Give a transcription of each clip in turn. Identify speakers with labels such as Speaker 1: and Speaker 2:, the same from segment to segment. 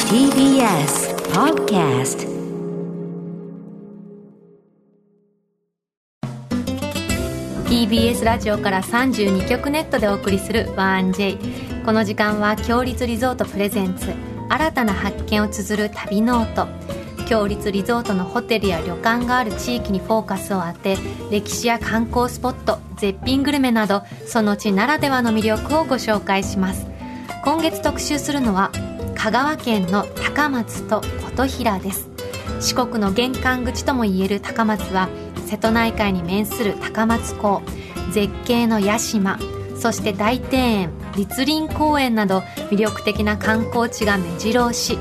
Speaker 1: TBS Podcast
Speaker 2: ー TBS ラジオから32局ネットでお送りする「1J」この時間は「強立リゾートプレゼンツ新たな発見」を綴る旅ノート強立リゾートのホテルや旅館がある地域にフォーカスを当て歴史や観光スポット絶品グルメなどその地ならではの魅力をご紹介します今月特集するのは香川県の高松と琴平です四国の玄関口ともいえる高松は瀬戸内海に面する高松港絶景の屋島そして大庭園立林公園など魅力的な観光地が目白押し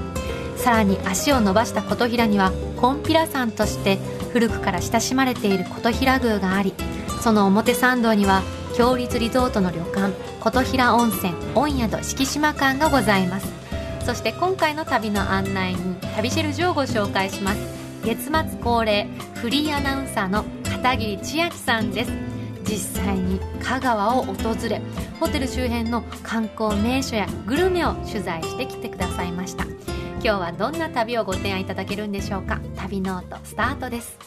Speaker 2: さらに足を伸ばした琴平にはコンピラ山として古くから親しまれている琴平宮がありその表参道には強立リゾートの旅館琴平温泉御宿敷島館がございますそして今回の旅の案内人旅シェルジュをご紹介します月末恒例フリーアナウンサーの片桐千秋さんです実際に香川を訪れホテル周辺の観光名所やグルメを取材してきてくださいました今日はどんな旅をご提案いただけるんでしょうか旅ノートスタートです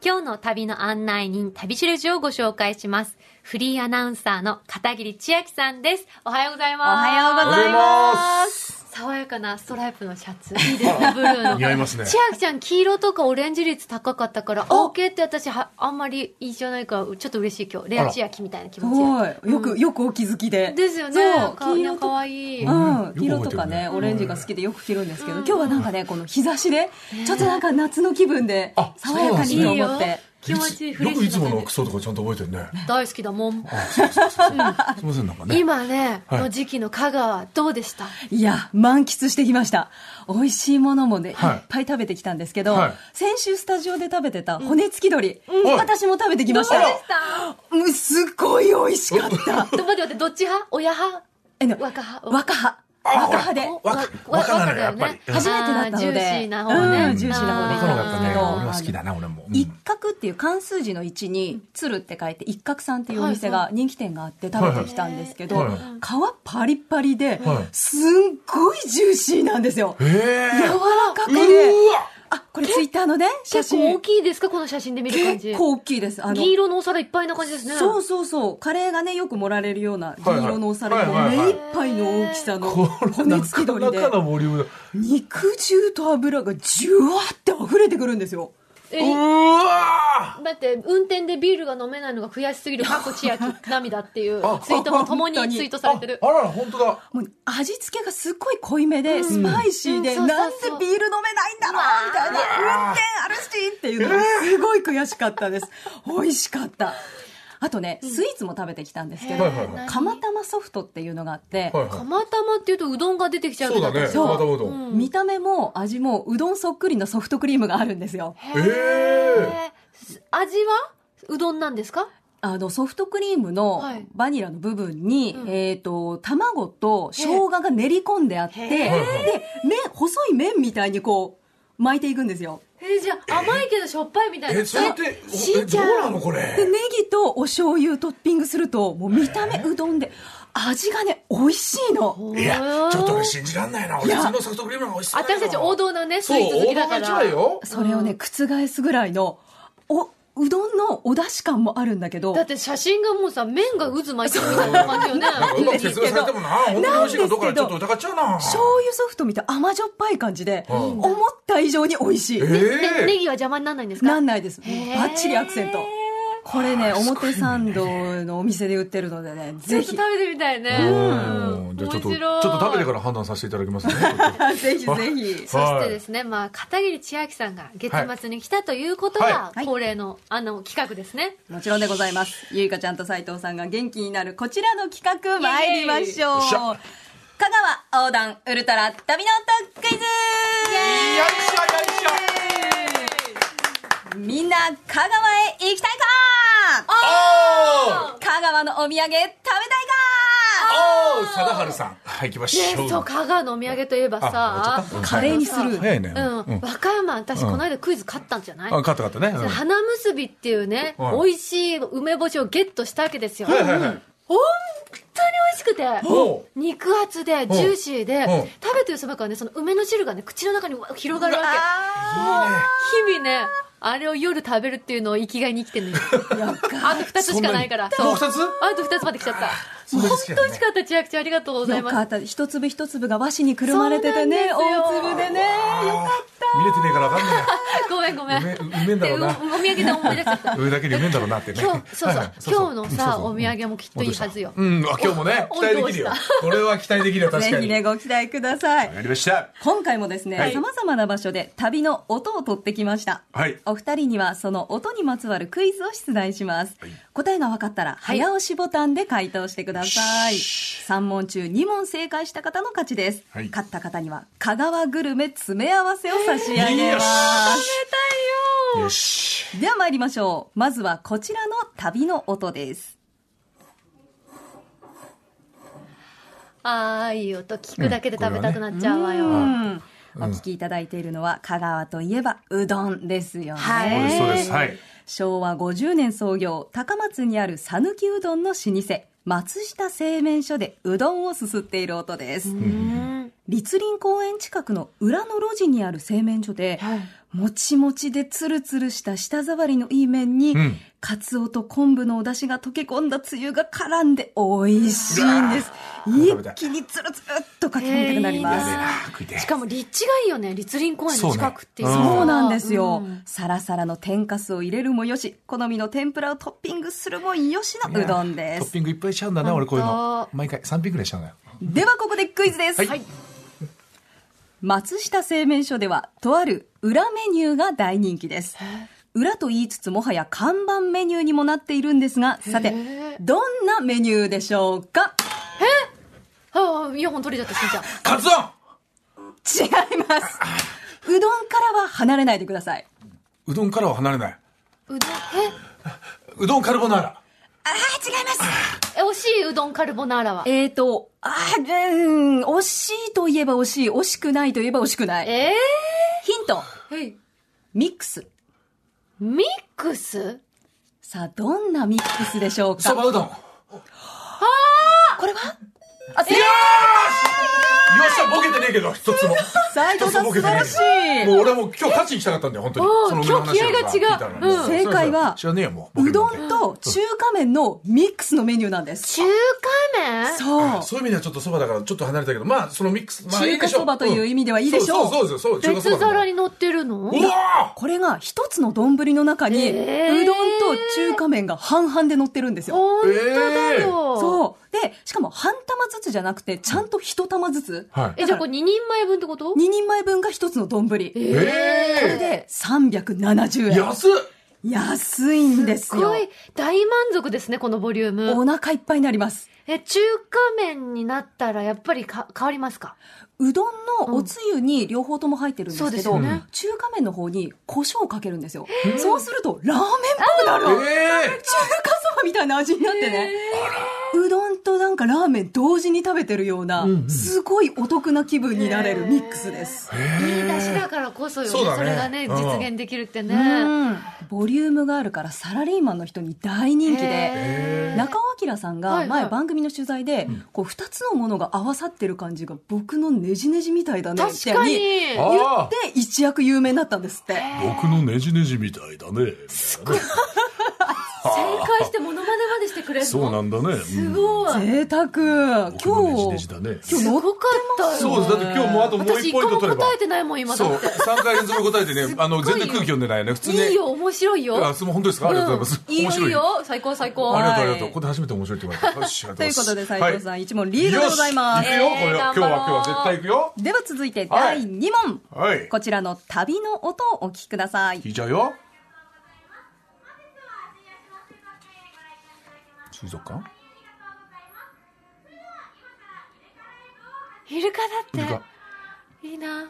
Speaker 2: 今日の旅の案内人旅シェルジュをご紹介しますフリーアナウンサーの片桐千秋さんですおはようございます
Speaker 1: おはようございます
Speaker 3: おはようございます。
Speaker 2: 爽やかなストライプのシャツ。いいですね、ブルーの。
Speaker 3: 似合いますね
Speaker 2: 千秋ちゃん、黄色とかオレンジ率高かったから、OK って私は、あんまり印象ないから、ちょっと嬉しい今日。レア千秋みたいな気
Speaker 1: す
Speaker 2: 持ち
Speaker 1: ごいよくよくお気づきで
Speaker 2: ですよね。
Speaker 1: そう
Speaker 2: か
Speaker 1: 黄色と
Speaker 2: かわいい。
Speaker 1: う
Speaker 2: うん
Speaker 1: ん、黄色
Speaker 3: よく覚えてるね
Speaker 1: とかね、
Speaker 3: うん
Speaker 1: オレンジが好きでよく着るんですけど、
Speaker 2: うん
Speaker 1: 今日はなんかね、この日差しで、ちょっとなんか夏の気分で
Speaker 3: あ、
Speaker 1: 爽やかにと
Speaker 2: いいよ
Speaker 1: 思って。
Speaker 2: 気持ちいい、
Speaker 3: いつ
Speaker 2: フレッ
Speaker 3: よくい
Speaker 2: シ
Speaker 3: つ
Speaker 2: ュ
Speaker 3: も
Speaker 2: な
Speaker 3: の
Speaker 2: 感
Speaker 3: 服装とかちゃんと覚えてるね。
Speaker 2: じ。大好きだもん。
Speaker 3: あそうそうそうそうすいません、なんかね。
Speaker 2: 今ね、
Speaker 3: はい
Speaker 2: の時期の香川、どうでした
Speaker 1: いや、満喫してきました。美味しいものもね、いっ
Speaker 3: はい
Speaker 1: ぱい食べてきたんですけど、
Speaker 3: はい
Speaker 1: 先週スタジオで食べてた骨付き鳥、
Speaker 3: うん
Speaker 1: 私も食べてきました。
Speaker 2: た
Speaker 1: うんすっごい美味しか っ
Speaker 2: ち
Speaker 1: た。
Speaker 2: ょっと待って待って、どっち派親派
Speaker 1: えの
Speaker 2: 若派
Speaker 1: 若派。
Speaker 3: あ
Speaker 1: 若派で。
Speaker 2: お
Speaker 3: 若若なのよ
Speaker 2: だよね
Speaker 3: やっぱり
Speaker 1: 初めてだったの
Speaker 2: あー
Speaker 1: で。
Speaker 2: ジューシーな方ね。
Speaker 1: うん、ジューシーな方
Speaker 2: あ
Speaker 1: で
Speaker 3: 若
Speaker 1: す
Speaker 3: のだったね。
Speaker 1: うん
Speaker 3: 俺は好きだな、俺も。うん
Speaker 1: 一角っていう漢数字の1に「鶴」って書いて一角さんっていうお店
Speaker 2: はい
Speaker 1: が人気店があって食べてきたんですけど
Speaker 3: はい
Speaker 1: 皮
Speaker 3: はい
Speaker 1: パリッパリで
Speaker 3: はい
Speaker 1: すんごいジューシーなんですよ
Speaker 3: へえ。
Speaker 1: 柔らかくてあこれツイッターのね写
Speaker 2: 結構
Speaker 1: 真
Speaker 2: 大きいですかこの写真で見る感じ。
Speaker 1: 結構大きいですあの
Speaker 2: 銀色のお皿いっぱいな感じですね。
Speaker 1: そうそうそうカレーがねよく盛られるような銀色のお皿
Speaker 3: はい
Speaker 1: の
Speaker 3: はい
Speaker 1: 目
Speaker 3: はいはい
Speaker 1: いっぱいの大きさの
Speaker 3: これ、
Speaker 1: 骨
Speaker 3: な
Speaker 1: 付き
Speaker 3: か
Speaker 1: 鳥
Speaker 3: な
Speaker 1: で
Speaker 3: かのボリュームだ。
Speaker 1: 肉汁と油がジュワって溢れてくるんですよ
Speaker 2: え
Speaker 3: うわ
Speaker 2: だって運転でビールが飲めないのが悔しすぎる過去千秋涙っていう
Speaker 3: あ
Speaker 2: ツイートも共に
Speaker 1: 本当に
Speaker 2: ツイートさ
Speaker 3: あ
Speaker 2: れてる
Speaker 3: あ。らら、本当だ。
Speaker 1: もう味付けがすっごい濃いめで、スパイシーで、
Speaker 2: うんそう
Speaker 1: な
Speaker 2: そう
Speaker 1: んで
Speaker 2: そう
Speaker 1: ビール飲めないんだろうみたいな、運転あるしっていうのがすごい悔しかっ たです。美味しかった。あとね、スイーツも食べてきたんですけ
Speaker 3: へ
Speaker 1: ど
Speaker 3: ーはいはいは、い
Speaker 1: 釜玉ソフトっていうのがあって、
Speaker 3: はいは
Speaker 2: 釜玉っていうとうどんが出てきちゃう
Speaker 3: そうだね
Speaker 2: け
Speaker 1: そ
Speaker 2: ど
Speaker 1: うまた
Speaker 3: うどん
Speaker 2: ん
Speaker 1: 見た目も味もうどんそっくりのソフトクリームがあるんですよ。
Speaker 2: へー
Speaker 3: え
Speaker 2: 味はうどんなんですか
Speaker 1: あの、ソフトクリームの
Speaker 2: はい
Speaker 1: バニラの部分に、
Speaker 2: うん
Speaker 1: えっ、と、卵と生姜が練り込んであって、
Speaker 2: へー
Speaker 1: で、麺、細い麺みたいにこう、巻いていくんですよ。
Speaker 2: えじゃあ甘いけどしょっぱいみたい
Speaker 3: い。
Speaker 2: な。
Speaker 3: え、それって、お
Speaker 2: し
Speaker 3: え
Speaker 2: んち
Speaker 3: どう
Speaker 2: ゃん
Speaker 3: なのこ
Speaker 1: でネ
Speaker 3: れ。
Speaker 1: ギとお醤油トッピングするともう見た目うどんで味がね美味しいの
Speaker 3: いや、ちょっと俺信じらんないな。俺、
Speaker 1: いや
Speaker 3: 普通のソフトクリームの方が美味しそうだよ
Speaker 2: 私たち王道なねス
Speaker 3: そう
Speaker 2: イーツ好きだから。
Speaker 3: 王道が一番よ
Speaker 1: それをね覆すぐらいのおうどんのお出汁感もあるんだけど
Speaker 2: だって写真がもうさ麺が渦巻いてるみたいな感じよね。
Speaker 3: なんかうまく説明されてもな、本当に美味しいかどうかちょっと疑っちゃうな。
Speaker 1: 醤油ソフトみたい甘じょっぱい感じで
Speaker 3: うん
Speaker 1: 思った以上に美味しい
Speaker 2: ねネ
Speaker 3: え
Speaker 2: ギ
Speaker 3: え。
Speaker 2: は邪魔にならないんですか
Speaker 1: なんないですバ
Speaker 2: へー
Speaker 1: ッチリアクセントこれね表参道のお店で売ってるのでね
Speaker 2: ちょっ
Speaker 1: ぜ
Speaker 2: と食
Speaker 1: ひ
Speaker 2: べてみたいね。
Speaker 3: うんじゃあちょっと、
Speaker 2: 面
Speaker 3: ちょ
Speaker 2: 白
Speaker 3: っ
Speaker 2: い
Speaker 3: と食べてから判断させていただきますね。
Speaker 1: ぜひぜひ
Speaker 2: そしてですね、まあ、片桐千秋さんが月末に来たということが、
Speaker 1: はい
Speaker 2: 恒例の、あの、企画ですね。
Speaker 1: もちろんでございます。ゆいかちゃんと斉藤さんが元気になるこちらの企画参りましょう。
Speaker 3: イエーイよっし
Speaker 1: 香
Speaker 3: ゃ
Speaker 1: 川横断ウルトラ旅の音クイズ
Speaker 3: よいしょよいしょ
Speaker 1: みんな香川へ行きたいか
Speaker 3: お
Speaker 1: 香川のお土産食べたいか
Speaker 3: ーおー貞治さんはい行きましょ
Speaker 2: で、
Speaker 3: う
Speaker 2: そう、香川のお土産といえば
Speaker 3: あ
Speaker 2: さ、
Speaker 3: 終わっちゃった
Speaker 1: カレーにする。
Speaker 3: 早いね
Speaker 2: うん、
Speaker 3: うん
Speaker 2: 和歌山、私この間クイズ勝ったんじゃない、
Speaker 3: あ勝った勝ったね
Speaker 2: 花結びっていうね、
Speaker 3: はい
Speaker 2: 美味しい梅干しをゲットしたわけですよ。
Speaker 3: はいはいはい
Speaker 2: 本当に美味しくて
Speaker 3: おう
Speaker 2: 肉厚でジューシーで
Speaker 3: うん
Speaker 2: 食べてるそばからねその梅の汁がね口の中にわ広がるわけ日々ねあれを夜食べるっていうのを生きがいに生きてるのよあと2つしかないから
Speaker 3: そんなに
Speaker 2: そう
Speaker 3: もう二つ
Speaker 2: あと2つまで来ちゃった
Speaker 3: 本
Speaker 2: 本当美味しかった千秋ちゃんありがとうござい
Speaker 1: よ
Speaker 2: ま
Speaker 1: か
Speaker 2: す
Speaker 1: った一粒一粒が和紙にくるまれててね
Speaker 2: そうなんですよ
Speaker 1: 大粒でね
Speaker 3: 見れてねえから分かんね
Speaker 2: ごめんごめん
Speaker 3: うめうめえんだろうな
Speaker 2: でおお土産で思い出しちゃっ
Speaker 3: え
Speaker 2: た
Speaker 3: や上だけでうめえんだろうなってね
Speaker 2: 今日そうそう
Speaker 3: はいはい
Speaker 2: 今日のさ
Speaker 3: そうそう
Speaker 2: お土産もきっといいはずよ
Speaker 3: うんあ今日もね
Speaker 2: お
Speaker 3: 期待できるよ
Speaker 2: 温度
Speaker 3: これは期待できるよ確か
Speaker 1: ぜひ
Speaker 3: に
Speaker 1: ね
Speaker 3: わ
Speaker 1: ご期待ください
Speaker 3: かりました
Speaker 1: 今回もですね、
Speaker 3: はい
Speaker 1: 様々な場所で旅の音を取ってきました。
Speaker 3: はい
Speaker 1: お二人にはその音にまつわるクイズを出題します。
Speaker 3: はい
Speaker 1: 答えが分かったら、
Speaker 2: い
Speaker 1: 早押しボタンで回答してください。3問中2問正解した方の勝ちです。
Speaker 3: はい
Speaker 1: 勝った方には、香川グルメ詰め合わせを差し上げます。
Speaker 3: よし
Speaker 1: では参りましょう。まずはこちらの旅の音です。
Speaker 2: ああいい音聞くだけで食べたくなっちゃうわよ、
Speaker 1: うん。お聞きいただいているのは、香川といえばうどんですよね。
Speaker 2: はい
Speaker 3: そうですそうですはい
Speaker 1: 昭和50年創業高松にある讃岐うどんの老舗松下製麺所でうどんをすすっている音です、
Speaker 2: うん
Speaker 1: 立林公園近くの裏の路地にある製麺所で、もちもちでつるつるした舌触りのいい麺に、
Speaker 3: うん
Speaker 1: かつおと昆布のお出汁が溶け込んだつゆが絡んで美味しいんです
Speaker 3: わ
Speaker 1: 一気につるつるっとかき込みたくなり
Speaker 2: あ
Speaker 1: ま
Speaker 3: や
Speaker 1: す
Speaker 3: べえな食いてえ
Speaker 2: しかも立地がいいよね立林公園の近くっていう
Speaker 3: そうね
Speaker 1: そうなんですよ、
Speaker 2: うん
Speaker 1: サラサラの天かすを入れるもよし好みの天ぷらをトッピングするもよしのうどんで
Speaker 3: トッ
Speaker 1: す
Speaker 3: ピングいっぱいしちゃうんだな俺こういうの
Speaker 2: 本当
Speaker 3: 毎回3品ぐらいしちゃうんだよ
Speaker 1: ではここでクイズです、
Speaker 3: はい
Speaker 1: 松下製麺所ではとある裏メニューが大人気です裏と言いつつもはや看板メニューにもなっているんですがさてどんなメニューでしょうか
Speaker 2: ああイヤホン取れちゃったしんちゃん
Speaker 3: カツ丼
Speaker 1: 違いますうどんからは離れないでくださいう
Speaker 3: どんからは離れないう
Speaker 2: どん
Speaker 3: うどんカルボナーラ
Speaker 1: ああ違います
Speaker 2: ええ惜しいうどんカルボナーラは
Speaker 1: えーと、あーうーん、惜しいと言えば惜しい、惜しくないと言えば惜しくない。
Speaker 2: え
Speaker 1: ヒント、
Speaker 2: ー、はい
Speaker 1: ミックス。
Speaker 2: ミックス
Speaker 1: さあ、どんなミックスでしょうか
Speaker 3: そばうどんよ
Speaker 1: これはあ、正
Speaker 3: っしゃボケてねえけど一つも
Speaker 1: 斉藤さん
Speaker 3: 一つもボケてねえけど
Speaker 1: 素晴らしい
Speaker 3: もう俺はもう今日勝ちにしたかったんだよ本当に
Speaker 2: おー
Speaker 3: その上の話を
Speaker 2: 今
Speaker 3: さ
Speaker 2: 日気合が違う
Speaker 3: 聞いたのに
Speaker 2: うん
Speaker 3: そうそうそう
Speaker 1: 正解は
Speaker 3: 知らねえよもうボケ
Speaker 1: う
Speaker 3: るなん
Speaker 1: ど
Speaker 3: て
Speaker 1: んと中華麺のミックスのメニューなんです。
Speaker 2: 中華麺
Speaker 1: そう。
Speaker 3: そういう意味ではちょっとそばだからちょっと離れたけどまあそのミックスまあい
Speaker 1: 中
Speaker 3: いで
Speaker 1: 華
Speaker 3: しょ
Speaker 1: そばという意味ではいいでしょう
Speaker 3: そうそうそうそう
Speaker 2: 別皿
Speaker 3: に
Speaker 2: に乗ってるの
Speaker 3: うわ
Speaker 1: これが一つの丼の中に、
Speaker 2: えー
Speaker 1: うどんと中華麺が半々で乗ってるんですよ。
Speaker 2: 本当だよ、
Speaker 3: えー
Speaker 1: そう。で、しかも半玉ずつじゃなくて、ちゃんと一玉ずつ。
Speaker 3: ーはい
Speaker 2: えじゃあこれ2人前分ってこと
Speaker 1: 2人前分が一つの丼。
Speaker 2: え
Speaker 1: こ
Speaker 2: ー
Speaker 3: え
Speaker 1: れで370円。
Speaker 3: 安っ
Speaker 1: 安いんです
Speaker 2: す
Speaker 1: よ
Speaker 2: ご。い大満足ですねこのボリューム
Speaker 1: お腹いっぱいになります。
Speaker 2: え中華麺になったらやっぱりか変わりますか
Speaker 1: うどんのおつゆに両方とも入ってるんですけど、
Speaker 2: うんそうですよね
Speaker 1: 中華麺の方に胡椒をかけるんですよ。そうするとラーメンっぽくなるの。中
Speaker 3: え
Speaker 1: 華そばみたいな味になってね。うどんとなんかラーメン同時に食べてるような、すごいお得な気分になれるミックスです。
Speaker 2: いい出汁だからこそよね
Speaker 3: そ
Speaker 2: そう
Speaker 3: だね
Speaker 2: れがね
Speaker 3: うん
Speaker 2: 実現できるってね、
Speaker 1: うんボリュームがあるからサラリーマンの人に大人気で。
Speaker 2: へー
Speaker 1: 中尾明さ
Speaker 2: はい
Speaker 1: んが
Speaker 2: はい
Speaker 1: 前番組の取材で、こう2つのものが合わさってる感じが僕のねじねじみたいだねみ
Speaker 2: 確
Speaker 1: た
Speaker 2: か
Speaker 1: い
Speaker 2: に
Speaker 1: に
Speaker 3: あ
Speaker 1: 言って一躍有名になったんですって
Speaker 3: 僕のねじねじみたいだねすごい
Speaker 2: 正解してモノマネまでしてくれるの
Speaker 4: そうなんだね。
Speaker 2: すごい
Speaker 1: 贅沢
Speaker 4: 僕のね
Speaker 1: 今
Speaker 4: じ
Speaker 1: 日
Speaker 4: ねじだね。
Speaker 1: 今日
Speaker 2: す
Speaker 1: 乗っ
Speaker 2: ごかったよ
Speaker 3: そうですだって今日もうあともう
Speaker 2: 私
Speaker 3: 1
Speaker 2: 一
Speaker 3: ポイン
Speaker 2: 個
Speaker 3: ト
Speaker 2: も
Speaker 3: 取れば
Speaker 2: 答えてないもん今だ
Speaker 3: そう
Speaker 2: って
Speaker 3: 3回連続答えてねあの全然空気読んでないね普通ね
Speaker 2: いいよ面白いよ
Speaker 3: あそう本当ですかありがとうございます
Speaker 2: うんいい
Speaker 3: 面
Speaker 2: よ
Speaker 3: 白
Speaker 2: いい
Speaker 3: い
Speaker 2: よ最高最高
Speaker 3: ありがとうあり
Speaker 1: はい
Speaker 3: がとうここで初めて面白いって言われたよしありが
Speaker 1: という
Speaker 3: ご
Speaker 1: こ
Speaker 3: ざ
Speaker 1: と
Speaker 3: いま
Speaker 1: です斉藤さん1問
Speaker 3: はい
Speaker 1: リードでございます
Speaker 3: よし行くよこれ
Speaker 2: えー
Speaker 3: は今
Speaker 2: 頑
Speaker 3: 日
Speaker 2: 張ろう
Speaker 3: は今日は絶対行くよ
Speaker 1: では続いて
Speaker 3: は
Speaker 1: 第
Speaker 3: い
Speaker 1: 2問
Speaker 3: はい
Speaker 1: こちらの旅の音をお聞きください
Speaker 3: 聞いちゃうよ水族館
Speaker 2: イルカ
Speaker 3: イ
Speaker 2: だ
Speaker 3: ル
Speaker 2: っ
Speaker 3: カ
Speaker 2: ていいな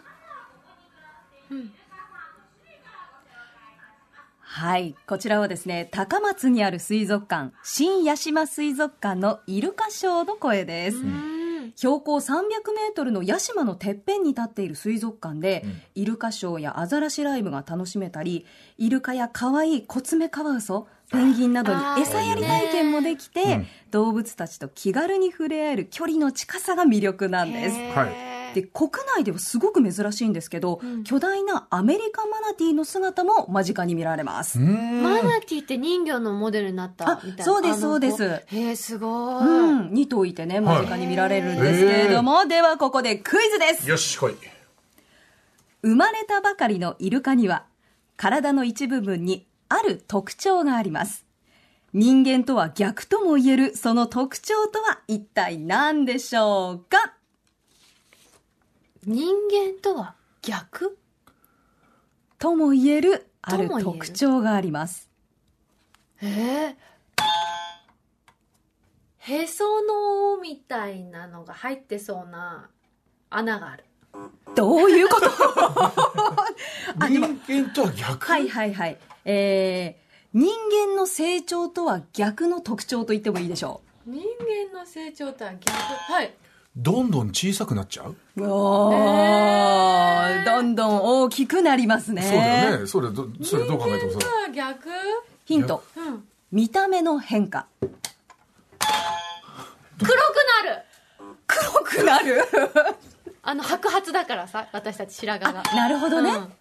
Speaker 1: はいこちらはですね高松にある水族館新屋島水族館のイルカショーの声です
Speaker 2: うん
Speaker 1: 標高300メートルの屋島のてっぺんに立っている水族館で、イルカショーやアザラシライブが楽しめたりイルカや可愛いコツメカワウソペンギンなど
Speaker 2: あー
Speaker 1: に餌やり体験もできて、
Speaker 3: うん
Speaker 1: 動物たちと気軽に触れ合える距離の近さが魅力なんです。
Speaker 2: は
Speaker 1: で国内ではすごく珍しいんですけど、
Speaker 2: うん
Speaker 1: 巨大なアメリカマナティーの姿も間近に見られます。
Speaker 2: マ
Speaker 3: マ
Speaker 2: ナティーって人魚のモデルになったみたいな。
Speaker 1: あそうです
Speaker 2: あの
Speaker 1: そうです
Speaker 2: へえ、すごい。
Speaker 1: うん、2頭いてね、間近に見られるんですけれども、ではここでクイズです。
Speaker 3: よし、来い。
Speaker 1: 生まれたばかりのイルカには、体の一部分にある特徴があります。人間とは逆とも言えるその特徴とは一体何でしょうか
Speaker 2: 人間とは逆
Speaker 1: とも言えるあ
Speaker 2: とも
Speaker 1: る
Speaker 2: 言える
Speaker 1: 特徴があります。
Speaker 2: えへその緒みたいなのが入ってそうな穴がある。
Speaker 1: どういうことあで
Speaker 3: 人
Speaker 1: も
Speaker 3: 間とは 逆。
Speaker 1: はいはいはい。えー、人間の成長とは逆の特徴と言ってもいいでしょ
Speaker 2: 人間の成長とは逆。はい。
Speaker 3: どんどん小さくなっちゃう、
Speaker 1: う。おー、どんどん大きくなりますね。
Speaker 3: そうだよね。それど、それどう考えても
Speaker 2: 人間
Speaker 3: そう
Speaker 2: と
Speaker 3: だ。
Speaker 2: は逆
Speaker 1: ヒント。
Speaker 2: うん。
Speaker 1: 見た目の変化。
Speaker 2: 黒くなる
Speaker 1: 黒くな る
Speaker 2: あの、白髪だからさ、私たち白髪が。
Speaker 1: なるほどね。
Speaker 2: うん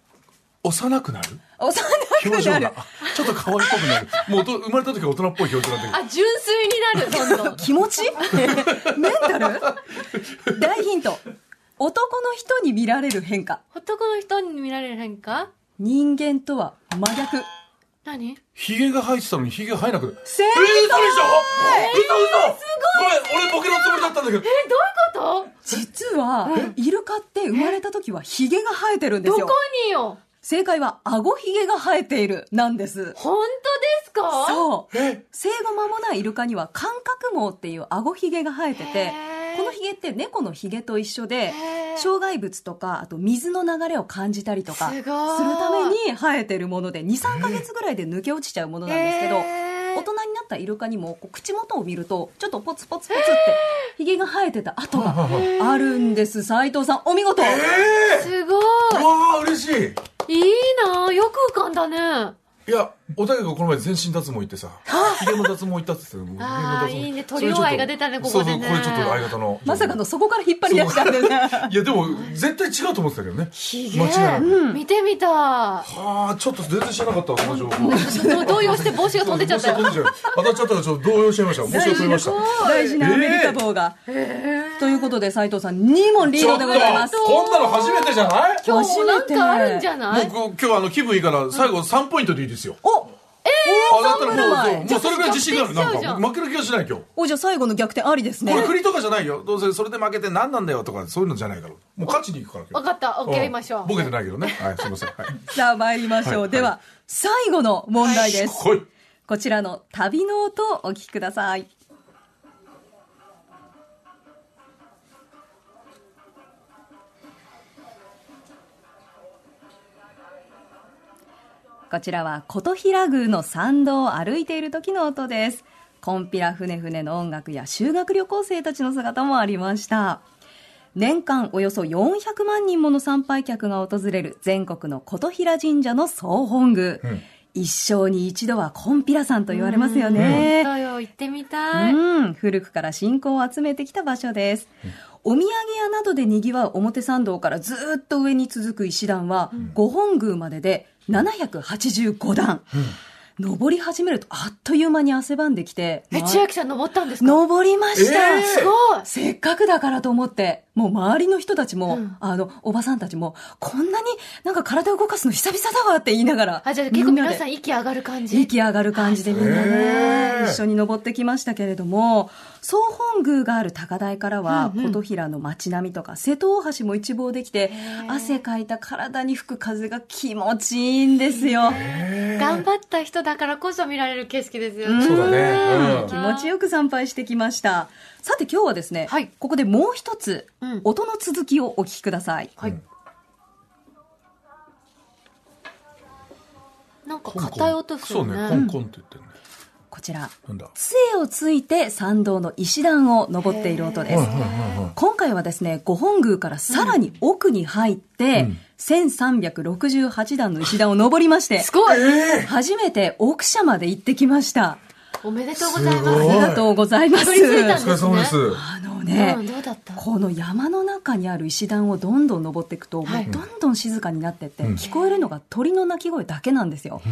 Speaker 3: 幼くな る
Speaker 1: 幼
Speaker 3: 表
Speaker 1: く
Speaker 3: 情
Speaker 1: な
Speaker 3: が。
Speaker 1: る。
Speaker 3: ちょっと可愛っぽくなる。もうと生まれた時は大人っぽい表情なんだけど。
Speaker 2: あ、純粋になる、どん どん。
Speaker 1: 気 持ちメンタル大ヒント。男の人に見られる変化。
Speaker 2: 男の人に見られる変化
Speaker 1: 人間とは真逆。
Speaker 2: 何
Speaker 3: ヒゲが生えてたのにヒゲが生えなくなる。
Speaker 1: 正
Speaker 3: えー、嘘でしょ嘘嘘ごめん、俺ボケのつもりだったんだけど。
Speaker 2: え、どういうこ
Speaker 1: 実は、イルカって生まれた時はヒゲが生えてるんで
Speaker 2: と
Speaker 1: す
Speaker 2: ど
Speaker 1: よ
Speaker 2: こ。によ
Speaker 1: 正解は、顎ひげが生えている、なんです。
Speaker 2: 本当ですか
Speaker 1: そう。
Speaker 3: え
Speaker 1: 生後間もないイルカには、感覚毛っていう顎ひげが生えてて、このひげって猫のひげと一緒で、障害物とか、あと水の流れを感じたりとか、す
Speaker 2: すごい
Speaker 1: るために生えてるもので、2、3ヶ月ぐらいで抜け落ちちゃうものなんですけど、
Speaker 2: へー
Speaker 1: 大人になったイルカにも、こう口元を見ると、ちょっとポツポツポツって、ひげが生えてた跡があるんです。斉藤さん、お見事
Speaker 3: え
Speaker 2: すご
Speaker 3: ー、うわー、嬉しい。
Speaker 2: いいいなよく浮かんだね
Speaker 3: いや、おたけがこの前全身脱毛行ってさ、ヒゲの脱毛行ったって言ってた
Speaker 2: あー
Speaker 3: ヒ
Speaker 2: い
Speaker 3: ゲの脱毛
Speaker 2: いねトリオ愛が出たねここでね
Speaker 3: そうそう、これちょっと相方の。
Speaker 1: まさかのそこから引っ張り出したんでね。
Speaker 3: いや、でも、絶対違うと思ってたけどね。
Speaker 2: ひ
Speaker 3: 間違いない
Speaker 2: 見てみた
Speaker 3: はあ、ちょっと全然知らなかったわ、この情報。
Speaker 2: ど動揺して帽子が飛んでっちゃったよ
Speaker 3: 帽子が飛んでっちゃう当たっちゃったから、ちょっと動揺しちゃいました。帽子が飛びました。
Speaker 1: 大事なアメリカ棒が。ということで、斉藤さん、2問リー
Speaker 3: ちょ
Speaker 1: ドで
Speaker 3: っと
Speaker 1: ございます。
Speaker 3: こんなの初めてじゃない
Speaker 2: 今日も なんかあるんじゃない
Speaker 3: もうこう今日あの気分いいから最後3ポイントでいいですよ。
Speaker 1: お
Speaker 3: あだったらもうもう
Speaker 2: じゃあ
Speaker 3: もうそれぐらい自信がある。な
Speaker 2: 逆転しちゃうん
Speaker 3: か負ける気がしない今日。
Speaker 1: お、じゃあ最後の逆転ありですね
Speaker 3: こ。れ振りとかじゃないよ。どうせそれで負けて何なんだよとかそういうのじゃないから。もう勝ちに行くから今
Speaker 2: わ
Speaker 3: 日。
Speaker 2: かったオッケーやりましょう
Speaker 3: ボケてないけどね。はい、すみません。はい。
Speaker 1: さあ、参りましょ
Speaker 3: は
Speaker 1: う。
Speaker 3: い
Speaker 1: では、最後の問題です。
Speaker 3: 来い。
Speaker 1: こちらの旅の音をお聞きください。こちらは琴平宮の参道を歩いている時の音です。コンピラ船船の音楽や修学旅行生たちの姿もありました。年間およそ400万人もの参拝客が訪れる全国の琴平神社の総本宮。
Speaker 3: ん
Speaker 1: 一生に一度はコンピラさんと言われますよね。
Speaker 2: だよ行ってみ
Speaker 1: う
Speaker 2: たい
Speaker 1: ん、古くから信仰を集めてきた場所です。お土産屋などで賑わう表参道からずーっと上に続く石段は、五本宮までで785段。登り始めるとあっという間に汗ばんできて、
Speaker 2: え
Speaker 1: ま
Speaker 2: 千秋さん登ったんですか
Speaker 1: 登りました、
Speaker 3: えー
Speaker 2: すごい
Speaker 1: せっかくだからと思って、もう周りの人たちも、
Speaker 2: うん
Speaker 1: あの、おばさんたちも、こんなになんか体を動かすの久々だわって言いながら。
Speaker 2: あじゃあ結構皆
Speaker 1: み
Speaker 2: さ
Speaker 1: んなん
Speaker 2: 息上がる感
Speaker 1: で
Speaker 2: じ
Speaker 1: 息上がる感じでみんな
Speaker 3: へ
Speaker 1: ね、
Speaker 3: ー
Speaker 1: 一緒に登ってきましたけれども、総本宮がある高台からは、
Speaker 2: うんうん
Speaker 1: 琴平の街並みとか、瀬戸大橋も一望できて
Speaker 2: へ、ー
Speaker 1: 汗かいた体に吹く風が気持ちいいんですよ。
Speaker 2: 頑張った人だからこそ見られる景色ですよ
Speaker 1: ん
Speaker 2: ね
Speaker 3: そうだね。
Speaker 1: 気持ちよく参拝してきました。さて今日はですね、
Speaker 2: はい
Speaker 1: ここでもう一つ、
Speaker 2: うん
Speaker 1: 音の続きをお聞きください。
Speaker 2: はいなんか硬い音する
Speaker 3: そうね、
Speaker 2: ね
Speaker 3: コンコンって言ってるね。
Speaker 1: ここちら。
Speaker 3: なんだ。
Speaker 1: 杖をついて参道の石段を登っている音です
Speaker 3: はい。はいはいはい
Speaker 1: 今回はですね、五本宮からさらに奥に入って、
Speaker 3: うん
Speaker 1: 1368段の石段を登りまして、
Speaker 2: すごい、
Speaker 1: 初めて奥社まで行ってきました。
Speaker 2: おめでとうござい
Speaker 3: す
Speaker 1: あ
Speaker 3: ご
Speaker 1: り
Speaker 2: ま
Speaker 1: がとうございます。
Speaker 2: たどり着いた
Speaker 3: お疲れ様です。
Speaker 1: あの
Speaker 2: す。
Speaker 1: ね、
Speaker 2: うん、どうだった
Speaker 1: この山の中にある石段をどんどん登っていくと、
Speaker 2: はい
Speaker 1: もうどんどん静かになってって、
Speaker 3: うん
Speaker 1: 聞こえるのが鳥の鳴き声だけなんですよ。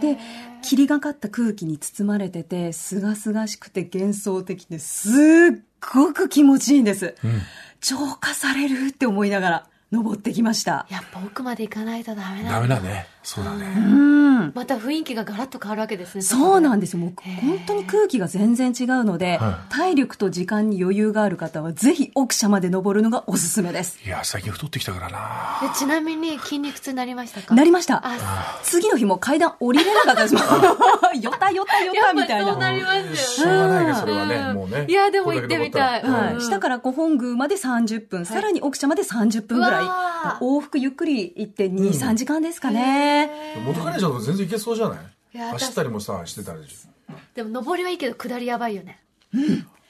Speaker 1: で、霧がかった空気に包まれてて、すがすがしくて幻想的ですっごく気持ちいいんです。
Speaker 3: うん
Speaker 1: 浄化されるって思いながら登ってきました。
Speaker 2: やっぱ奥まで行かないとダメ
Speaker 3: ダ
Speaker 2: な
Speaker 3: メ
Speaker 2: んだ
Speaker 3: だね。そうだ
Speaker 1: う
Speaker 3: ね。
Speaker 1: ん。
Speaker 2: また雰囲気がガラッと変わるわけですね
Speaker 1: そうなんんですよ。もう
Speaker 2: へー
Speaker 1: 本当に空気が全然違うので
Speaker 3: は、
Speaker 1: 体力と時間に余裕がある方は、ぜひ奥社まで登るのがおすすめです。
Speaker 3: いや、最近太ってきたからな。
Speaker 2: でちなみに筋肉痛になりましたか
Speaker 1: なりました。
Speaker 2: あ
Speaker 1: 次の日も階段降りれなかったですも ん。よたよたよたみたい
Speaker 2: やっぱりそうな
Speaker 1: な。
Speaker 2: りますよ
Speaker 3: しょうがないね、それは
Speaker 2: う
Speaker 3: ね。
Speaker 2: ん
Speaker 3: もうね。
Speaker 2: いやでも行ってみたい
Speaker 3: これだけ残っら
Speaker 1: は
Speaker 2: うん
Speaker 1: い、下から五本宮まで30分、さらに奥社まで30分ぐら
Speaker 2: わ
Speaker 1: い
Speaker 2: あ
Speaker 1: 往復ゆっくり行って
Speaker 3: うん
Speaker 1: 23、3時間ですかね
Speaker 3: うん元カレちゃんと全然いけそうじゃない
Speaker 2: いや
Speaker 3: 走ったりもさ、してたり。
Speaker 2: でも上りはいいけど下りやばいよね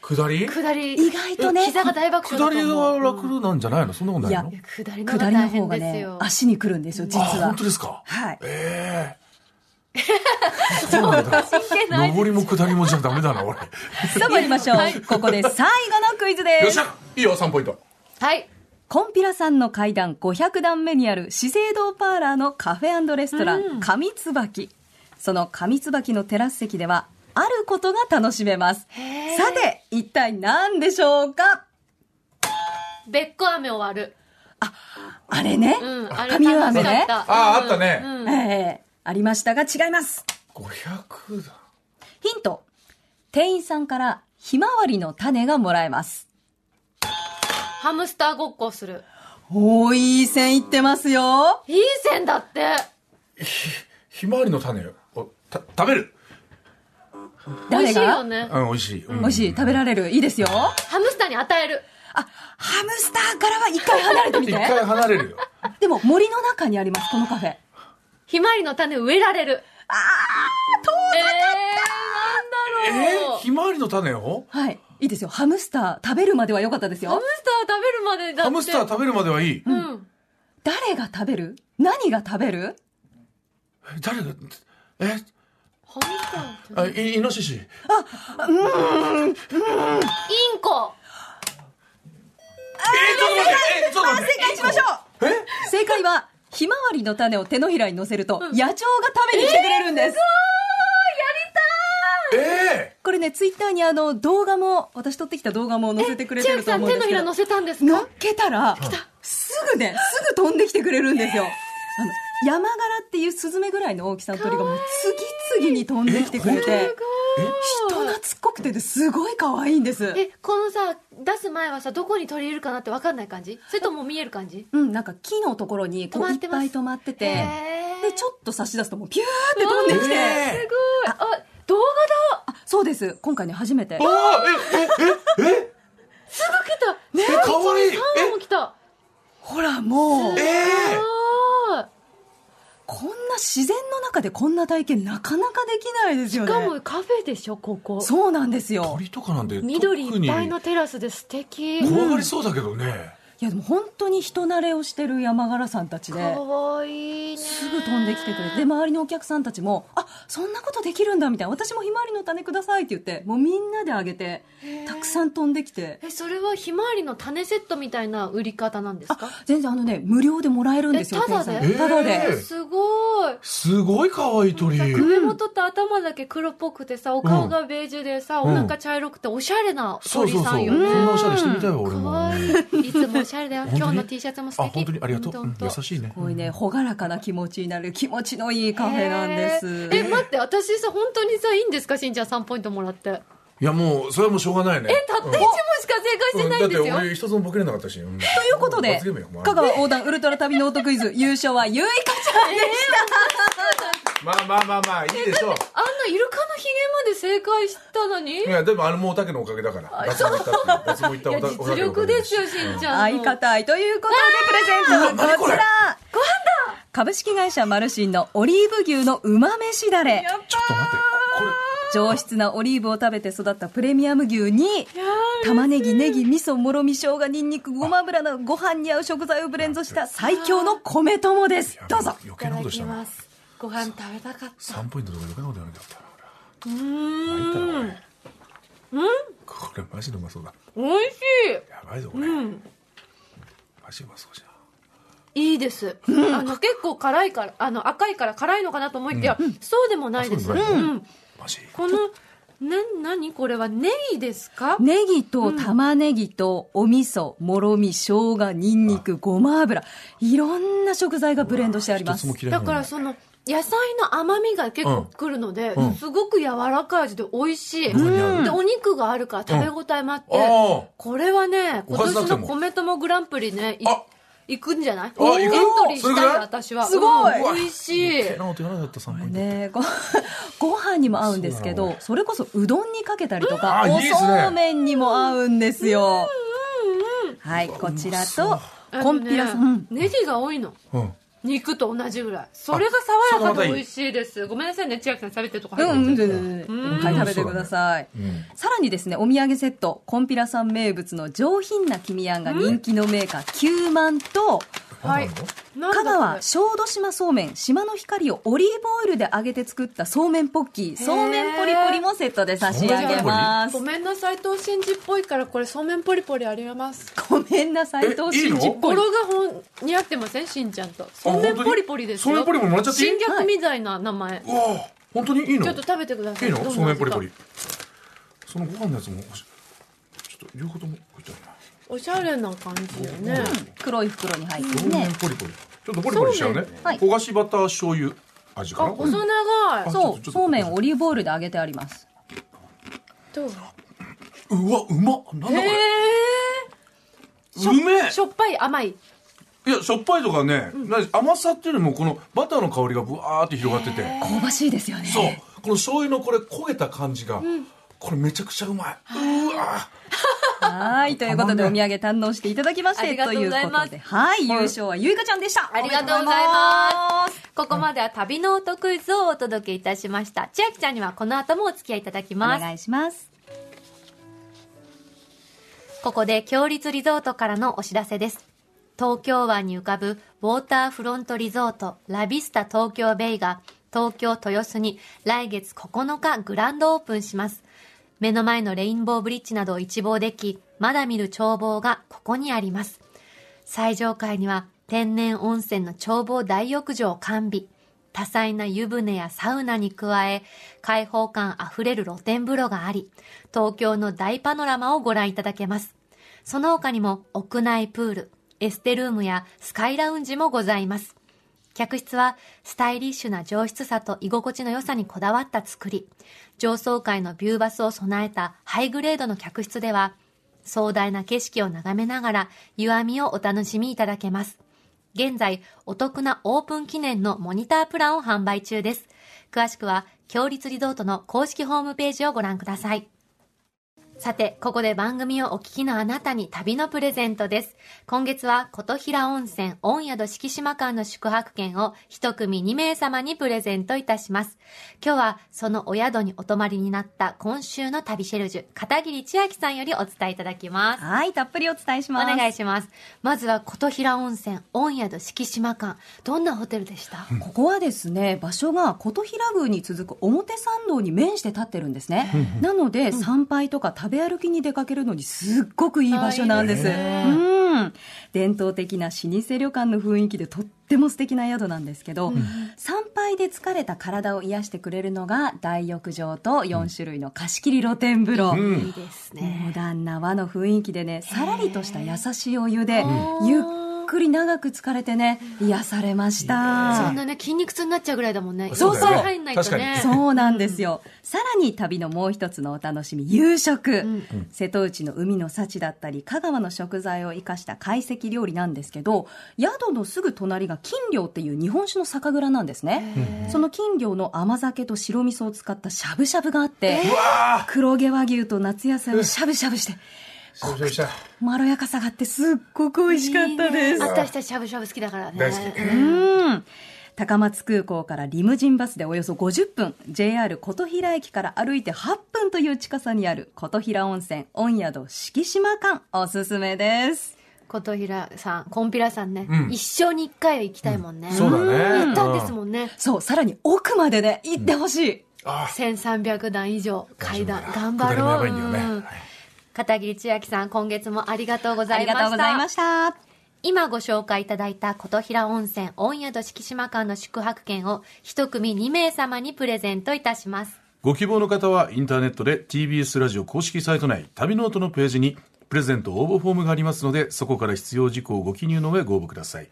Speaker 3: 下り
Speaker 2: 下り
Speaker 1: 意外とね
Speaker 2: 膝が大爆
Speaker 3: 下
Speaker 2: 笑だ
Speaker 3: り
Speaker 2: と
Speaker 3: は
Speaker 2: 思う
Speaker 3: 楽なんじゃないのそんなことないの
Speaker 1: い
Speaker 2: いや下りの方
Speaker 1: 下
Speaker 2: が
Speaker 1: りの
Speaker 2: 大
Speaker 1: 方
Speaker 2: 変
Speaker 1: が
Speaker 2: です
Speaker 1: ね
Speaker 2: よ
Speaker 1: 足にくるんですよ実
Speaker 3: あ、
Speaker 1: は
Speaker 3: 本当ですか
Speaker 1: はい
Speaker 3: ええそうな んだ。
Speaker 2: 係ない
Speaker 3: 上りも下りもじゃダメだな、俺。よ
Speaker 1: さあ参りましょう、ここで最後のクイズで
Speaker 3: っし
Speaker 1: す
Speaker 3: ゃいいよ、3ポイント。
Speaker 2: はい
Speaker 1: コンピラさんの階段500段目にある資生堂パーラーのカフェレストラン上椿その上椿のテラス席ではあることが楽しめます
Speaker 2: へー
Speaker 1: さて一体何でしょうか
Speaker 2: べっこ飴を割る
Speaker 1: あれね、
Speaker 2: うんあれ楽
Speaker 1: 紙
Speaker 2: し
Speaker 1: を
Speaker 2: かっ
Speaker 1: 飴ね
Speaker 2: た
Speaker 3: あーあったね
Speaker 2: うんうん
Speaker 1: ええありましたが違います
Speaker 3: 500だ。
Speaker 1: ヒント店員さんからひまわりの種がもらえます
Speaker 2: ハムスターごっこをする
Speaker 1: おーいい線いってますよ
Speaker 2: いい線だって
Speaker 3: ひまわりの種をた食べる。
Speaker 2: 美味
Speaker 1: 誰
Speaker 2: しいよ
Speaker 1: が
Speaker 2: ね
Speaker 3: うん、美味しい。うん
Speaker 1: もし食べられるいいですよあ
Speaker 2: ハムスターに与える
Speaker 1: ハムスターからは一回離れてみ
Speaker 3: 一
Speaker 1: て
Speaker 3: 回 離れるよ。
Speaker 1: でも森の中にありますこのカフェ
Speaker 2: ひまわりの種植えられる
Speaker 1: あ
Speaker 2: え
Speaker 3: え
Speaker 2: ー、なんだろう
Speaker 3: ー、ひまわりの種を
Speaker 1: ーはいいいですよハムスター食べるまでは良かったです
Speaker 2: ハ
Speaker 1: よ
Speaker 2: ムスター食べるまでだって
Speaker 3: ハムスター食べるまではいい。
Speaker 2: うん
Speaker 1: 誰が食べる何が食べる
Speaker 3: え誰が、え、
Speaker 2: ハムスター
Speaker 3: あいイノシシ。
Speaker 2: インコ
Speaker 3: えー、ちょっと待って、え、ちょっと待って。
Speaker 1: 正解しましょう正解はひまわりの種を手のひらに乗せると、野鳥が食べに来てくれるんです、
Speaker 3: ええ
Speaker 1: これねツイッターにあの動画も私撮ってきた動画も載せてくれて
Speaker 2: 千
Speaker 1: る
Speaker 2: 秋
Speaker 1: と
Speaker 2: さん
Speaker 1: 思うん
Speaker 2: 手のひ
Speaker 1: ですけ
Speaker 2: ら
Speaker 1: ど
Speaker 2: 乗せたんです
Speaker 1: 乗
Speaker 2: か
Speaker 1: っけたらすぐねすぐ飛んできてくれるんですよ、あの山柄っていうスズメぐらいの大きさの鳥がもう次々に飛んできてくれて人懐っこくてですごい可愛いんです
Speaker 2: えこのさ出す前はさどこに鳥いるかなって分かんない感じそれとも見える感じ
Speaker 1: うんなんか木のところにこう
Speaker 2: 止ま
Speaker 1: いっ
Speaker 2: ってます
Speaker 1: ぱい止まってて
Speaker 2: へー
Speaker 1: でちょっと差し出すともうピューって飛んできて、
Speaker 2: す
Speaker 3: え
Speaker 2: ごいあ動画だ
Speaker 1: あそうです今回ね初めて
Speaker 3: ー、あーえ、え、え、え、
Speaker 2: すぐ来たね
Speaker 3: えかわい
Speaker 2: 一
Speaker 3: い
Speaker 2: 日に三羽も来た
Speaker 1: ほらもう
Speaker 2: す
Speaker 3: ええ
Speaker 2: ごい
Speaker 1: こんな自然の中でこんな体験なかなかできないですよ
Speaker 2: し
Speaker 1: ね
Speaker 2: かもカフェでしょここ
Speaker 1: そうなんですよ
Speaker 3: 鳥とかなんて
Speaker 2: 緑いっぱいの
Speaker 3: 特
Speaker 2: テラスで素敵
Speaker 3: に怖がりそうだけどね。
Speaker 1: いやでも本当に人慣れをしてる山柄さんたち
Speaker 2: か
Speaker 1: で
Speaker 2: わいいね
Speaker 1: すぐ飛んできてくれてで周りのお客さんたちもあそんなことできるんだみたいな私もひまわりの種くださいって言ってもうみんなであげてたくさん飛んできて
Speaker 2: えそれはひまわりの種セットみたいな売り方なんですか
Speaker 1: あ全然あのね無料でもらえるんですよ
Speaker 2: えタダで
Speaker 1: 店員さんタダで、
Speaker 3: え
Speaker 2: すごい
Speaker 3: すごい可愛い鳥。
Speaker 2: 首元と頭だけ黒っぽくてさお顔がベージュでさ、
Speaker 3: うん
Speaker 2: お腹茶色くておしゃれな
Speaker 3: そう
Speaker 2: 鳥
Speaker 3: そう
Speaker 2: さ
Speaker 3: そ
Speaker 2: ん
Speaker 3: う。
Speaker 2: よ
Speaker 3: こん
Speaker 2: ね
Speaker 3: なおしゃれしてみたいわ、俺
Speaker 2: か
Speaker 3: も。
Speaker 2: わいいいつもおしゃれだよ
Speaker 3: 本当に
Speaker 2: 今日の T シャツも素
Speaker 3: あ、
Speaker 2: 敵
Speaker 3: 本当にありがとう。
Speaker 2: ほ
Speaker 3: うんん
Speaker 2: と
Speaker 3: 優しいね
Speaker 1: す。ごいね朗らかな気持ちになる気持ちのいいカフェなんです
Speaker 2: へーえ待って私さ本当にさいいんですかしんちゃん3ポイントもらってえ
Speaker 3: いや、もう、それはもうしょうがないね。え、
Speaker 2: たった1問しか正解してないんです
Speaker 3: だ
Speaker 2: よ、
Speaker 3: って俺一つもボケれなかったし。という
Speaker 1: ということで
Speaker 3: 罰ゲームよ、お前
Speaker 1: 香川横断ウルトラ旅ノートクイズ、優勝はゆいかちゃんで
Speaker 3: まあまあまあまあ、いいでしょう。
Speaker 2: あんなイルカのひげまで正解したのにい
Speaker 3: いや、でもあれもおたけのおかげだから。脱毛行ったっていう。脱毛行った
Speaker 2: や
Speaker 3: おた
Speaker 2: 実力ですよ。しんちゃ ん
Speaker 1: 相
Speaker 2: の
Speaker 1: 方愛ということで、プレゼントはこちら。株式会社マルシンのオリーブ牛のうま飯だれ。
Speaker 3: おたけのおかげちょっと待って。これ、
Speaker 1: 上質なオリーブを食べて育ったプレミアム牛に玉ねぎネギ味噌もろみ生姜にんにくごま油などご飯に合う食材をブレンドした最強の米友ですどうぞ
Speaker 3: 余
Speaker 5: いた
Speaker 3: 計な
Speaker 5: だ
Speaker 3: ことし
Speaker 5: き
Speaker 3: たな
Speaker 5: ますご飯食べたかった
Speaker 3: 3ポイントとか余計なことやらなきゃよ
Speaker 5: う
Speaker 3: かっ
Speaker 5: ー
Speaker 3: たなこれ入った
Speaker 5: ん
Speaker 3: なこれこれマジでうまそうだ
Speaker 5: 美味し
Speaker 3: やばいぞこ
Speaker 5: い
Speaker 3: れ、
Speaker 5: うん
Speaker 3: マジうまそうじゃ
Speaker 5: いいです、あの結構辛いからあの赤いから辛いのかなと思いきや、そうでもないです
Speaker 3: あそうでもない
Speaker 5: うん
Speaker 3: んマジ
Speaker 5: このな何これはネギですか
Speaker 1: ネギと玉ねぎとお味噌もろみ生姜にんにくごま油いろんな食材がブレンドしてありま
Speaker 3: 一つ
Speaker 1: す
Speaker 3: も嫌いな
Speaker 5: だ
Speaker 3: の
Speaker 5: からその野菜の甘みが結構くるので、
Speaker 3: うん
Speaker 5: すごく柔らかい味で美味しい、
Speaker 3: んうん
Speaker 5: でお肉があるから食べ応えもあっ
Speaker 3: う
Speaker 5: て、
Speaker 3: んあー
Speaker 5: これはね
Speaker 3: お
Speaker 5: 今
Speaker 3: かずだ
Speaker 5: 年
Speaker 3: けで
Speaker 5: の
Speaker 3: も
Speaker 5: 米友グランプリねい
Speaker 3: あ
Speaker 5: 行くんじゃないエン
Speaker 3: 行
Speaker 5: ト
Speaker 3: く
Speaker 5: リー
Speaker 3: それぐ
Speaker 5: した
Speaker 3: ら
Speaker 5: い
Speaker 3: い
Speaker 5: 私は
Speaker 1: すごい
Speaker 5: うん美味しい
Speaker 3: 余計なことやらなかった3ポイント、
Speaker 1: ねえごご 飯にも合うんですけ
Speaker 3: そうな
Speaker 1: ど
Speaker 3: の
Speaker 1: それこそうどんにかけたりと
Speaker 3: あ
Speaker 1: か
Speaker 3: いい
Speaker 1: お
Speaker 3: ですね
Speaker 1: そうめんにも合うんですよはいこちらと
Speaker 5: あ
Speaker 1: こ
Speaker 5: のね
Speaker 1: んぴらさん
Speaker 5: ネギが多いの
Speaker 3: うん
Speaker 5: 肉と同じぐらいそれが爽やかで美味しいですごめんなさいね千秋さん食べてるとこ
Speaker 1: う
Speaker 5: 入
Speaker 1: ん
Speaker 5: っ
Speaker 1: う
Speaker 5: て
Speaker 1: ん
Speaker 5: る
Speaker 1: うんうんうんはい食べてください
Speaker 3: うん
Speaker 1: さらにですねお土産セットこんぴらさん名物の上品な黄身あんが人気のメーカーキューマンと
Speaker 5: はい
Speaker 3: なんだろ
Speaker 5: なん
Speaker 1: 香
Speaker 5: だこれ
Speaker 1: 川小豆島そうめん島の光をオリーブオイルで揚げて作ったそうめんポッキーそうめんポリポリもセットで差し上げます
Speaker 5: ごめんなさい東真二っぽいからこれそうめんポリポリあります
Speaker 1: ごめんなさい
Speaker 3: え
Speaker 1: 藤真
Speaker 3: い
Speaker 1: 二
Speaker 3: いの
Speaker 1: っぽ
Speaker 5: 語
Speaker 1: い
Speaker 5: 呂がほん似合ってませんしんちゃんとそうめんポリポリです
Speaker 3: そう
Speaker 5: よ
Speaker 3: めんポリポリもらっちゃっていい
Speaker 5: 新逆みたいな名前、
Speaker 3: うわあ本当にいいの
Speaker 5: ちょっと食べてください
Speaker 3: いいの
Speaker 5: どんな味
Speaker 3: そうめんポリポリ
Speaker 5: か
Speaker 3: そのご飯のやつも欲しいちょっと両方とも置いてあ
Speaker 5: おしゃれな感じよね、
Speaker 1: 黒い袋に入って
Speaker 3: る
Speaker 1: る
Speaker 3: なそう
Speaker 1: ね
Speaker 3: めんポリポリちょっとポリポリしちゃうね
Speaker 5: そうめ
Speaker 1: んはい
Speaker 3: 焦がしバター醤油味か
Speaker 5: あ
Speaker 3: なこれ
Speaker 5: 細長い
Speaker 3: ちょっ
Speaker 1: そ
Speaker 3: とちょっ
Speaker 1: う
Speaker 3: と
Speaker 1: そうめんをオリーブオイルで揚げてあります
Speaker 5: どう
Speaker 3: うわうまっなんだこ
Speaker 5: へ
Speaker 3: れ
Speaker 5: ー
Speaker 3: うめえ
Speaker 5: しょっぱい甘い
Speaker 3: いやしょっぱいとかね何甘さっていうよりもこのバターの香りがぶわーって広がってて
Speaker 1: 香ばしいですよね
Speaker 3: そうこの醤油のこれ焦げた感じがこれめちゃくちゃうまいうわ
Speaker 1: はいということでお土
Speaker 3: たまん
Speaker 1: 産
Speaker 3: な
Speaker 1: 堪能していただきまして
Speaker 5: ありがとうございます
Speaker 1: ということではい優勝はゆいかちゃんでした
Speaker 5: ありがとうございます。ここまでは旅の音クイズをお届けいたしました。千秋ちゃんにはこの後もお付き合いいただき
Speaker 1: お
Speaker 5: ます。
Speaker 1: 願いします
Speaker 5: ここで強立リゾートからのお知らせです。東京湾に浮かぶウォーターフロントリゾートラビスタ東京ベイが東京豊洲に来月9日グランドオープンします。目の前のレインボーブリッジなどを一望でき、まだ見る眺望がここにあります。最上階には天然温泉の眺望大浴場を完備。多彩な湯船やサウナに加え、開放感あふれる露天風呂があり、東京の大パノラマをご覧いただけます。その他にも屋内プール、エステルームやスカイラウンジもございます。客室はスタイリッシュな上質さと居心地の良さにこだわった作り上層階のビューバスを備えたハイグレードの客室では壮大な景色を眺めながら湯あみをお楽しみいただけます現在お得なオープン記念のモニタープランを販売中です詳しくは強立リゾートの公式ホームページをご覧くださいさて、ここで番組をお聞きのあなたに旅のプレゼントです。今月は、琴平温泉、御宿敷島間の宿泊券を一組2名様にプレゼントいたします。今日は、そのお宿にお泊まりになった今週の旅シェルジュ、片桐千秋さんよりお伝えいただきます。
Speaker 1: はいたっぷりお伝えし
Speaker 5: お
Speaker 1: ます
Speaker 5: 願いします。まずは、琴平温泉、御宿敷島間。どんなホテルでした
Speaker 1: ここはですね場所が琴平宮に続く表参道に面して立ってるんですね、なので、参拝とか食べ歩きに出かけるのにすっごくいい場所なんです、
Speaker 5: あいいね
Speaker 1: うん、伝統的な老舗旅館の雰囲気でとっても素敵な宿なんですけど、参拝で疲れた体を癒してくれるのが大浴場と4種類の貸し切り露天風呂、
Speaker 3: うん
Speaker 5: いいです
Speaker 1: モ
Speaker 5: ね。
Speaker 1: ダンな和の雰囲気でねさらりとした優しいお湯で
Speaker 5: うん
Speaker 1: ゆっくり長く疲れてね癒されました
Speaker 5: そんなね、筋肉痛になっちゃうぐらいだもんね。
Speaker 1: そうそう
Speaker 5: いっぱい入んないと
Speaker 3: 確か
Speaker 5: ね
Speaker 3: に。
Speaker 1: そうなんですよ。さらに旅のもう一つのお楽しみ、夕食。瀬戸内の海の幸だったり、香川の食材を生かした懐石料理なんですけど、宿のすぐ隣が金魚っていう日本酒の酒蔵なんですね。その金魚の甘酒と白味噌を使ったしゃぶしゃぶがあって、
Speaker 3: うわ
Speaker 1: 黒毛和牛と夏野菜をしゃぶしゃぶして、
Speaker 3: ーしゃぶしゃぶし
Speaker 1: まろやかさがあってすっごく美味しかったです。
Speaker 5: 私たちしゃぶしゃぶ好きだからね。
Speaker 3: 大好き
Speaker 1: うん。高松空港からリムジンバスでおよそ50分 JR 琴平駅から歩いて8分という近さにある琴平温泉温宿敷島館おすすめです
Speaker 5: 琴平さん、コンピラさんね、
Speaker 3: うん
Speaker 5: 一生に一回は行きたいもんね。
Speaker 3: そうだね
Speaker 5: 行ったんですもんね。
Speaker 1: そうさらに奥までね行ってほしい、
Speaker 3: あ
Speaker 5: 1300段以上階段
Speaker 3: 大
Speaker 5: 頑
Speaker 3: 丈夫だ
Speaker 5: 張ろう。
Speaker 3: 下りもやばいんだよね
Speaker 5: うん
Speaker 3: はい
Speaker 5: 片桐千秋さん、今月もありがとうござ
Speaker 1: あ
Speaker 5: い
Speaker 1: り
Speaker 5: まし
Speaker 1: が
Speaker 5: た。
Speaker 1: とうございました
Speaker 5: 今ご紹介いただいた琴平温泉温宿敷島間の宿泊券を一組2名様にプレゼントいたします。
Speaker 3: ご希望の方はインターネットで TBS ラジオ公式サイト内旅ノートのページにプレゼント応募フォームがありますのでそこから必要事項をご記入の上ご応募ください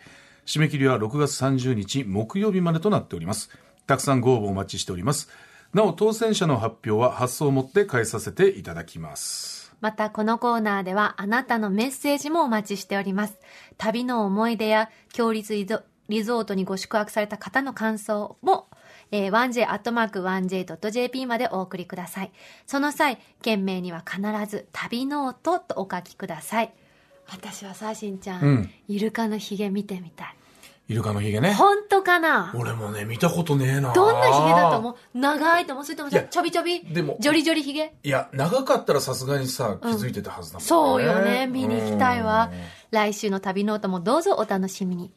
Speaker 3: 締め切りは6月30日木曜日までとなっておりますたくさんご応募お待ちしておりますなお当選者の発表は発送をもって返させていただきます
Speaker 5: またこのコーナーではあなたのメッセージもお待ちしております。旅の思い出や強立リゾリゾートにご宿泊された方の感想も、えー、1j.1j.jp までお送りください。その際、件名には必ず旅ノートとお書きください。私はさ、しんちゃん、
Speaker 3: うん
Speaker 5: イルカのヒゲ見てみた
Speaker 3: イルカのヒゲ
Speaker 5: い。
Speaker 3: ね
Speaker 5: 本当かな
Speaker 3: 俺もね見たことねえな
Speaker 5: どんなヒゲだと思う長いと思うそれとも
Speaker 3: いや
Speaker 5: ちょびちょび
Speaker 3: でも
Speaker 5: ジョリジョリヒゲ
Speaker 3: いや長かったらさすがにさ気づいてたはずだもんね
Speaker 5: そうよね、見に行きたいわ。来週の旅ノートもどうぞお楽しみに。